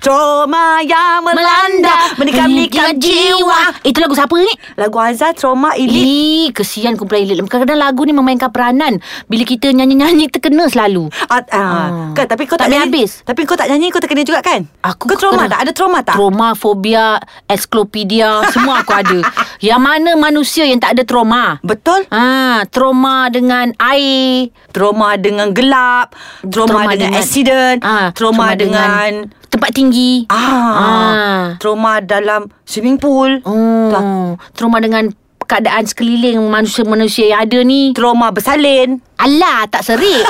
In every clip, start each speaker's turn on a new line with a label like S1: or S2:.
S1: Trauma yang melanda Menikam-nikam jiwa
S2: Itu lagu siapa ni?
S1: Lagu Azhar Trauma Elite
S2: Ih, kesian kumpulan Elite. Kadang-kadang lagu ni memainkan peranan. Bila kita nyanyi-nyanyi terkena selalu.
S1: Ah, ah. Kan, tapi kau tak,
S2: Tak boleh
S1: nyanyi,
S2: habis.
S1: Tapi kau tak nyanyi kau terkena juga kan?
S2: Aku
S1: kau trauma
S2: kena-
S1: tak? Ada trauma tak?
S2: Trauma, fobia, esklopedia, semua aku ada. Yang mana manusia yang tak ada trauma?
S1: Betul?
S2: Ah, trauma dengan air,
S1: Trauma dengan gelap, trauma, dengan, accident,
S2: ah,
S1: trauma, dengan,
S2: tempat tinggi.
S1: ah,
S2: Ah.
S1: trauma dalam swimming pool,
S2: Oh, trauma dengan keadaan sekeliling manusia-manusia yang ada ni.
S1: trauma bersalin.
S2: Alah, tak serik.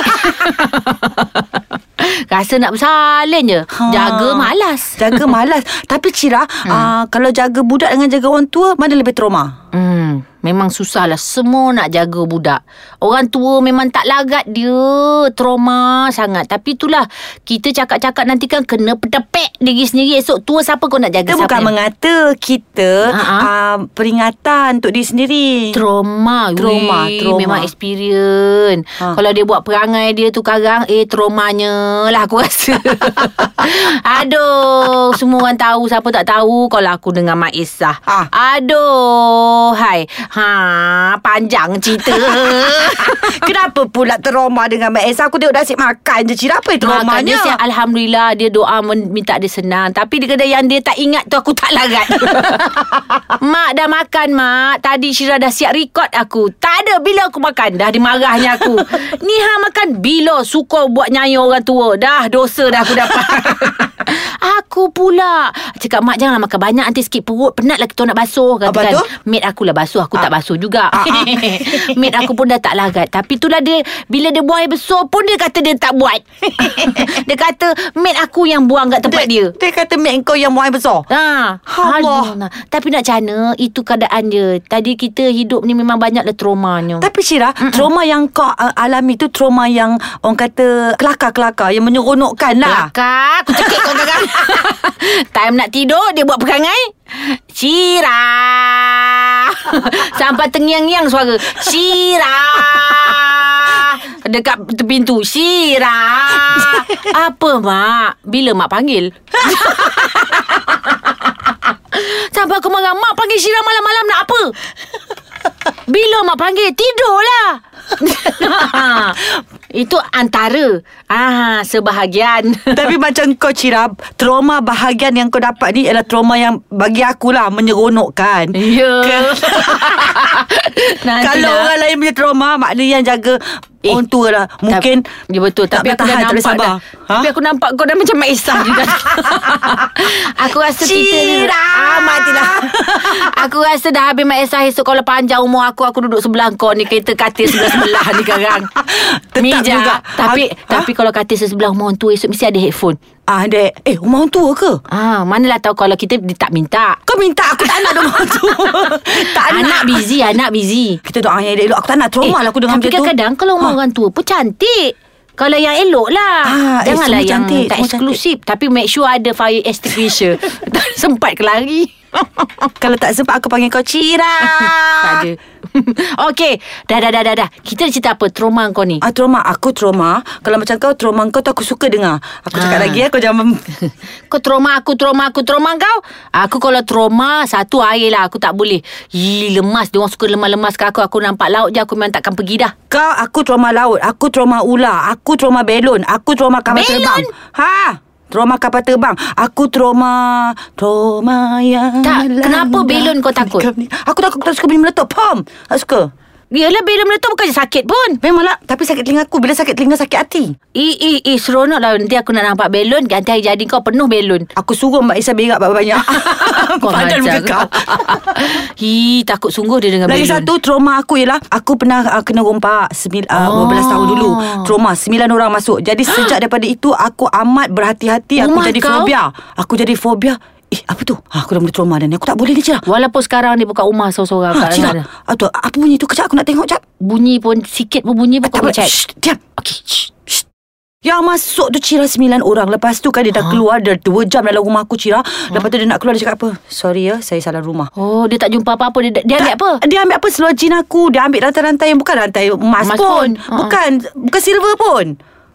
S2: Rasa nak bersalin je. Jaga malas.
S1: Jaga malas. tapi Cira,
S2: Hmm.
S1: ah, kalau jaga budak dengan jaga orang tua, mana lebih trauma?
S2: Hmm, memang susah lah. Semua nak jaga budak. Orang tua memang tak larat dia. Trauma sangat. Tapi itulah, kita cakap-cakap nanti kan kena petepek diri sendiri. Esok tua siapa kau nak jaga?
S1: Kita
S2: siapa
S1: bukan
S2: yang-
S1: mengata kita
S2: Ah, ah.
S1: ah, peringatan untuk diri sendiri.
S2: Trauma
S1: Trauma,
S2: Weh,
S1: trauma.
S2: Memang experience
S1: Ha.
S2: ha. Kalau dia buat perangai dia tu karang Eh traumanya lah aku rasa Aduh Semua orang tahu Siapa tak tahu Kalau aku dengan Mak Isah
S1: Ha.
S2: Aduh Hai ha, Panjang cerita
S1: Kenapa pula trauma dengan Mak Esa? Aku tengok dah asyik makan je Cira. Apa yang
S2: Mak
S1: traumanya?
S2: dia siap, Alhamdulillah Dia doa men- minta dia senang Tapi dia kata yang dia tak ingat tu Aku tak larat Mak dah makan mak Tadi Syirah dah siap record aku Tak ada bila aku makan Dah dimarahnya aku Ni ha makan bila Suka buat nyanyi orang tua Dah dosa dah aku dapat Aku pula Cakap mak janganlah makan banyak Nanti sikit perut Penat lah kita nak basuh Kata
S1: Apa
S2: kan
S1: tu? Ah.
S2: Mate akulah basuh Aku tak basuh juga Mate aku pun dah tak larat Tapi itulah dia Bila dia buang air besar pun Dia kata dia tak buat Dia kata Mate aku yang buang kat tempat dia
S1: Dia kata mak kau yang muai besar.
S2: Ha,
S1: Allah.
S2: aduh, nah. Tapi nak cana Itu keadaan dia Tadi kita hidup ni Memang banyaklah traumanya
S1: Tapi Syira, Mm-mm. trauma yang kau uh, alami tu trauma yang orang kata kelakar-kelakar yang menyeronokkan lah.
S2: Kelakar Aku cekik kau sekarang Time nak tidur Dia buat perangai Cira Sampai tengiang-ngiang suara Cira Dekat pintu Cira Apa mak Bila mak panggil Sampai aku marah Mak panggil Syira malam-malam nak apa Bila mak panggil Tidurlah Ha. Itu antara ah, Sebahagian
S1: Tapi macam kau Cira, trauma bahagian yang kau dapat ni ialah trauma yang bagi akulah menyeronokkan.
S2: Ya Nanti lah.
S1: Kalau
S2: dah.
S1: orang lain punya trauma, maknanya yang jaga eh, orang tua lah. Mungkin
S2: Ya betul
S1: tak
S2: Tapi aku
S1: boleh tahan,
S2: dah
S1: tak boleh
S2: nampak
S1: sabar. Ha?
S2: dah, Tapi aku nampak kau dah macam Mak Isah juga Aku rasa kita ni
S1: Cira!
S2: Amat tidak Aku rasa dah habis Mak Isah Esok kalau panjang umur aku Aku duduk sebelah kau ni Kereta katil sebelah-sebelah ni sekarang
S1: Tetap juga.
S2: Tapi
S1: Aku- ha?
S2: tapi kalau katil sebelah umur tu Esok mesti ada headphone
S1: Ah, dek. Eh, rumah orang tua ke?
S2: Ah, manalah tahu kalau kita dia tak minta.
S1: Kau minta aku tak nak rumah tua. tak nak.
S2: Anak busy, anak busy.
S1: Kita doa yang elok. Aku tak nak trauma lah aku dengan
S2: Eh, Tapi
S1: macam tu.
S2: kadang-kadang Kalau
S1: Ha.
S2: ha. orang tua pun cantik kalau yang elok lah
S1: Ah, eh,
S2: Janganlah
S1: semua
S2: yang
S1: cantik,
S2: tak
S1: semua
S2: eksklusif cantik. Tapi make sure ada fire extinguisher Tak sempat ke lari
S1: Ah, Kalau tak sempat aku panggil kau Cira.
S2: Tak ada Okay Dah dah dah dah dah Kita nak cerita apa Trauma kau ni
S1: Ah, trauma Aku trauma Kalau macam kau Trauma kau tu aku suka dengar Aku cakap
S2: Ah.
S1: lagi ya Kau jangan mem-
S2: Kau trauma aku Trauma aku Trauma kau Aku kalau trauma Satu air lah Aku tak boleh Ih, Lemas Diorang suka lemas-lemas ke aku Aku nampak laut je Aku memang takkan pergi dah
S1: Kau aku trauma laut Aku trauma ular Aku trauma belon Aku trauma kapal
S2: Belon?
S1: terbang Ha Trauma kapal terbang Aku trauma Trauma yang
S2: Tak, kenapa
S1: melanda.
S2: belon kau takut?
S1: Aku takut Aku tak suka benda meletup Pom Tak suka
S2: Yelah bila meletup Bukan sakit pun
S1: Memanglah Tapi sakit telinga aku Bila sakit telinga sakit hati
S2: Eh, eh, eh, seronok lah nanti aku nak nampak belon. Ganti hari jadi kau penuh belon.
S1: Aku suruh Mbak Isa berak banyak-banyak Pandai muka
S2: hajar.
S1: kau
S2: Hi, takut sungguh dia dengan
S1: Lagi
S2: belon.
S1: satu trauma aku ialah Aku pernah uh, kena rompak sembil, uh,
S2: Oh.
S1: 12 tahun dulu Trauma 9 orang masuk Jadi sejak daripada itu Aku amat berhati-hati Aku
S2: Rumah
S1: jadi
S2: kau?
S1: fobia Aku jadi fobia Eh apa tu ha, Aku dah mula trauma dah ni Aku tak boleh ni Cira
S2: Walaupun sekarang dia buka rumah seorang-seorang
S1: ha,
S2: kat
S1: Cira
S2: sana.
S1: Aduh, Apa bunyi tu kejap Aku nak tengok kejap
S2: Bunyi pun sikit pun bunyi pun
S1: Tak
S2: kau
S1: boleh
S2: cek.
S1: Shh, Diam
S2: Okey. shh.
S1: Yang masuk tu Cira sembilan orang Lepas tu kan dia dah keluar Dah dua jam dalam rumah aku Cira Lepas tu dia nak keluar Dia cakap apa Sorry ya Saya salah rumah
S2: Oh, dia tak jumpa apa-apa. Dia, dia ambil apa?
S1: Dia ambil apa selojin aku Dia ambil rantai-rantai yang bukan rantai emas pun,
S2: Emas pun.
S1: pun.
S2: Ha-ha.
S1: Bukan Bukan silver pun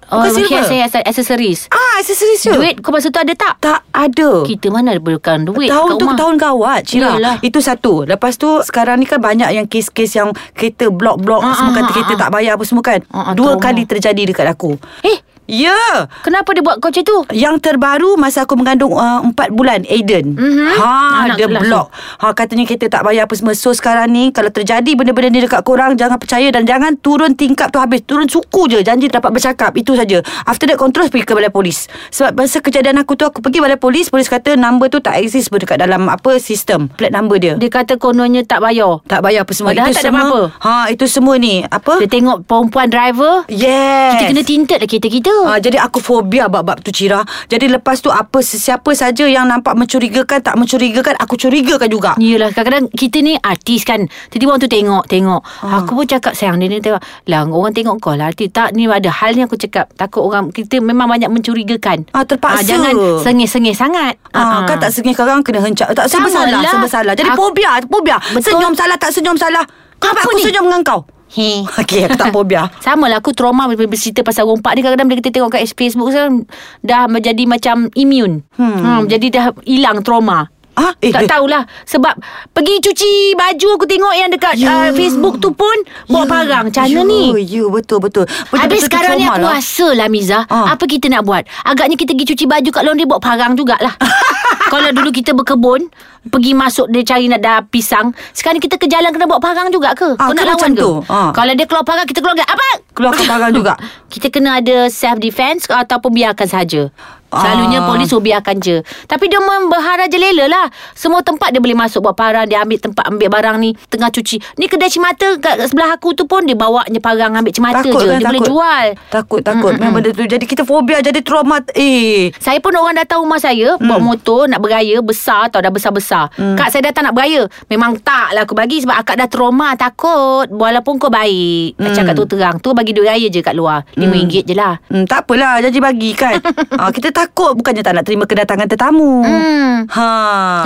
S2: Oh,
S1: Bukan
S2: mungkin
S1: silver
S2: saya accessories.
S1: Ah, accessories tu
S2: Duit kau masa tu ada tak?
S1: Tak ada
S2: Kita mana ada bukan duit
S1: tahun
S2: kat
S1: tu
S2: rumah.
S1: tahun gawat Cira
S2: Yelah.
S1: Itu satu Lepas tu sekarang ni kan banyak yang kes-kes yang Kereta blok-blok
S2: Ah,
S1: uh, Semua
S2: ah,
S1: kan
S2: ah,
S1: kereta
S2: ah.
S1: tak bayar apa semua kan
S2: Ah, ah,
S1: Dua
S2: trauma.
S1: kali terjadi dekat aku
S2: Eh,
S1: Ya yeah.
S2: kenapa dia buat kau macam tu?
S1: Yang terbaru masa aku mengandung uh, 4 bulan Aiden.
S2: Mhm.
S1: Ha
S2: Anak
S1: dia
S2: kelas
S1: blok. Ha katanya kita tak bayar apa semua. So sekarang ni kalau terjadi benda-benda ni dekat korang jangan percaya dan jangan turun tingkap tu habis. Turun suku je janji dapat bercakap. Itu saja. After that kau terus pergi ke balai polis. Sebab masa kejadian aku tu aku pergi balai polis, polis kata number tu tak exist pun dekat dalam apa sistem. Plate number dia. dia
S2: Dia kata kononnya tak bayar.
S1: tak bayar apa semua. itu
S2: Padahal tak ada
S1: semua.
S2: apa-apa.
S1: Ha itu semua ni apa?
S2: Dia tengok perempuan driver.
S1: Yes.
S2: Kita kena tinted lah kereta kita.
S1: Ah, jadi aku fobia bab-bab tu Cira. Jadi lepas tu apa sesiapa saja yang nampak mencurigakan tak mencurigakan aku curigakan juga.
S2: Yelah kadang-kadang kita ni artis kan Tiba-tiba orang tu tengok Tengok
S1: Ah.
S2: Aku pun cakap sayang dia ni tengok Lah orang tengok kau lah artis Tak ni ada hal ni aku cakap Takut orang Kita memang banyak mencurigakan
S1: Ah, terpaksa.
S2: Jangan sengih-sengih sangat
S1: Ah, kan tak sengaja sekarang kena hencak. Tak
S2: Sama
S1: sebab salah,
S2: lah.
S1: sebab salah. Jadi
S2: Aku-
S1: fobia, fobia.
S2: Betul.
S1: Senyum salah tak senyum salah. Kenapa
S2: Apa
S1: aku
S2: ni?
S1: senyum dengan kau?
S2: Hei.
S1: Okey, aku tak fobia.
S2: Sama lah aku trauma bila bercerita pasal rompak ni kadang-kadang bila kita tengok kat Facebook sekarang dah menjadi macam immune. Hmm. hmm jadi dah hilang trauma.
S1: Ah, eh,
S2: Eh, tak
S1: eh.
S2: tahulah Sebab Pergi cuci baju Aku tengok yang dekat yeah. uh, Facebook tu pun Bawa yeah. parang Macam
S1: Ya,
S2: mana ni
S1: Ya, betul betul. betul
S2: Habis
S1: betul,
S2: sekarang ni
S1: trauma
S2: aku
S1: lah.
S2: rasa lah Miza
S1: Ah.
S2: Apa kita nak buat Agaknya kita pergi cuci baju kat laundry Bawa parang jugalah Kalau dulu kita berkebun Pergi masuk dia cari nak dah pisang Sekarang kita ke jalan kena bawa parang juga ke
S1: Ah,
S2: Kau
S1: kan
S2: nak lawan
S1: macam
S2: ke
S1: tu. Ah.
S2: Kalau dia keluar parang kita keluar ke Abang
S1: keluarkan barang juga.
S2: kita kena ada self defense ataupun biarkan saja. Selalunya
S1: Ah.
S2: polis suruh biarkan je. Tapi dia membahara je lela lah. Semua tempat dia boleh masuk buat parang. Dia ambil tempat ambil barang ni. Tengah cuci. Ni kedai cemata kat sebelah aku tu pun dia bawanya parang ambil cemata
S1: Takut kan
S2: je. dia boleh
S1: takut.
S2: jual.
S1: Takut takut memang benda tu. Jadi kita fobia jadi trauma. Eh,
S2: Saya pun orang datang rumah saya hmm. Bawa motor Nak beraya Besar tau Dah besar-besar hmm. Kak saya datang nak beraya Memang tak lah aku bagi Sebab akak dah trauma Takut Walaupun kau baik hmm. Cakap tu terang Tu bagi duit raya je kat luar RM5 je lah
S1: Hmm, tak apalah janji bagi kan ha, Kita takut Bukannya tak nak terima Kedatangan tetamu
S2: Hmm.
S1: ha.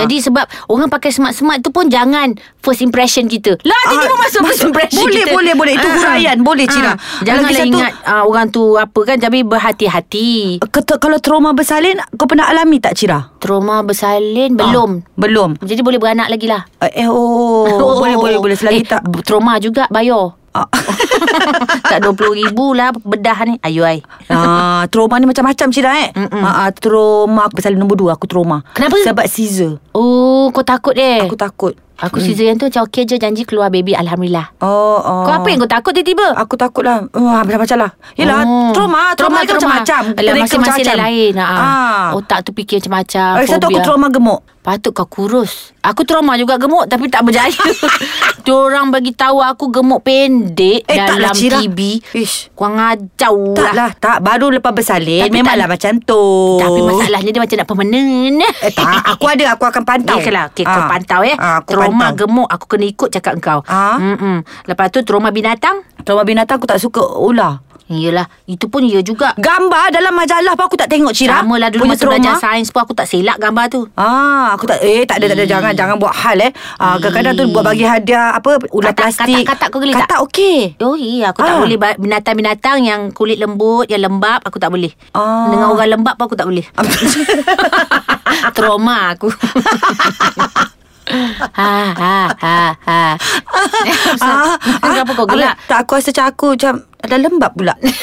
S2: Jadi sebab orang pakai smart-smart tu pun jangan first impression kita. Lah tiba-tiba
S1: Ah,
S2: masuk first
S1: masuk.
S2: impression
S1: Boleh,
S2: kita.
S1: boleh, boleh. Itu
S2: Ah,
S1: huraian.
S2: ah.
S1: Boleh, Cira.
S2: Ah, Janganlah
S1: Lagi satu-
S2: ingat ah, orang tu apa kan tapi berhati-hati.
S1: Kata, Kalau trauma bersalin Kau pernah alami tak Cira?
S2: Trauma bersalin belum.
S1: ha, Belum
S2: Jadi boleh beranak lagi lah.
S1: Eh, Eh oh, oh Boleh boleh boleh Selagi
S2: eh,
S1: eh, tak
S2: b- Trauma juga bayar.
S1: ah.
S2: tak RM20,000 lah bedah ni. Ayu ai.
S1: ah, Trauma ni macam-macam Cira eh
S2: Mm-mm.
S1: ah, ah, Trauma Aku bersalin nombor dua Aku trauma
S2: Kenapa?
S1: Sebab Caesar
S2: Oh, kau takut eh.
S1: Aku Hmm. takut
S2: Aku cesarean tu macam okey je janji keluar baby alhamdulillah.
S1: Oh, oh.
S2: Kau apa yang kau takut tiba-tiba?
S1: Aku takut lah Wah, macam-macam lah Yelah oh.
S2: Oh.
S1: Trauma Trauma, trauma,
S2: trauma.
S1: macam-macam
S2: Alah,
S1: Mereka
S2: masing-masing
S1: macam-macam.
S2: lain ha.
S1: ah.
S2: ah. Otak tu fikir macam-macam
S1: Lagi satu aku
S2: fobia.
S1: trauma gemuk
S2: Patut kau kurus Aku trauma juga gemuk Tapi tak berjaya Diorang bagi tahu aku gemuk pendek
S1: Eh,
S2: Dalam
S1: taklah, Cira.
S2: TV
S1: Ish.
S2: Kau ngajau
S1: Tak lah Tak baru lepas bersalin
S2: Tapi
S1: Memanglah
S2: tak-
S1: macam tu
S2: Tapi masalahnya dia macam nak permanen
S1: Oh. Eh tak Aku ada Aku akan pantau
S2: Okay lah okay, Kau
S1: Ah.
S2: pantau ya
S1: Ah, aku
S2: Trauma
S1: pantau.
S2: gemuk Aku kena ikut cakap kau
S1: Ah.
S2: Mm-mm. Lepas tu trauma binatang
S1: Trauma binatang aku tak suka ular
S2: Yelah Itu pun ya juga
S1: Gambar dalam majalah pun aku tak tengok Cira
S2: Sama lah dulu
S1: Punya
S2: masa belajar sains pun Aku tak selak gambar tu
S1: Ah, aku tak eh tak ada tak ada
S2: Ih.
S1: jangan jangan buat hal eh. Ah, kadang-kadang tu
S2: Ih.
S1: buat bagi hadiah apa ular
S2: Hmm. Katak-
S1: plastik.
S2: katak- katak kau boleh tak?
S1: Katak okey.
S2: Oh iya aku tak
S1: Ah.
S2: boleh ba- binatang-binatang yang kulit lembut, yang lembap aku tak boleh.
S1: Ah.
S2: Dengan orang lembap pun aku tak boleh. Trauma aku. ha ha ha ha.
S1: Ah,
S2: Kenapa kau gelak?
S1: Tak aku rasa macam aku macam ada lembab pula.
S2: Eh,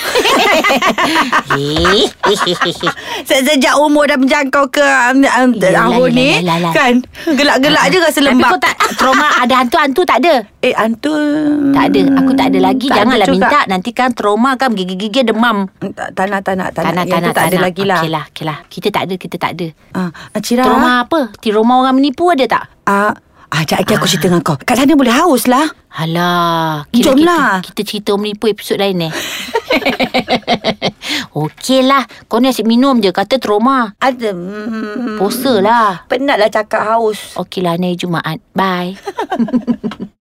S1: Se- Sejak umur dah menjangkau ke um, um,
S2: Yelah,
S1: tahun ni
S2: yelah, yelah, yelah.
S1: kan gelak-gelak je rasa
S2: ya. Ah, Tapi
S1: lembab.
S2: kau tak trauma ada hantu-hantu tak ada.
S1: Eh hantu
S2: Tak ada. Aku tak ada lagi.
S1: Hmm. tak ada
S2: Janganlah
S1: juga. Hmm,
S2: minta nanti kan trauma kan gigi-gigi demam.
S1: Tak- Tak nak, tak nak, tak nak.
S2: Tanah
S1: Yang tu
S2: tanah
S1: tak ada lagi lah.
S2: Okey lah, okey lah. Kita tak ada, kita tak ada.
S1: Ah, Cira.
S2: Trauma apa? Trauma orang menipu ada tak?
S1: Ah, ah, jap lagi aku cerita dengan kau. Kat sana boleh haus lah.
S2: Alah, kira
S1: Jom
S2: kita,
S1: lah.
S2: kita cerita menipu episod lain eh. Okey lah, kau ni asyik minum je, kata trauma.
S1: Ada. Hmm,
S2: Posa lah.
S1: penatlah cakap haus.
S2: Okey lah, hari Jumaat. Bye.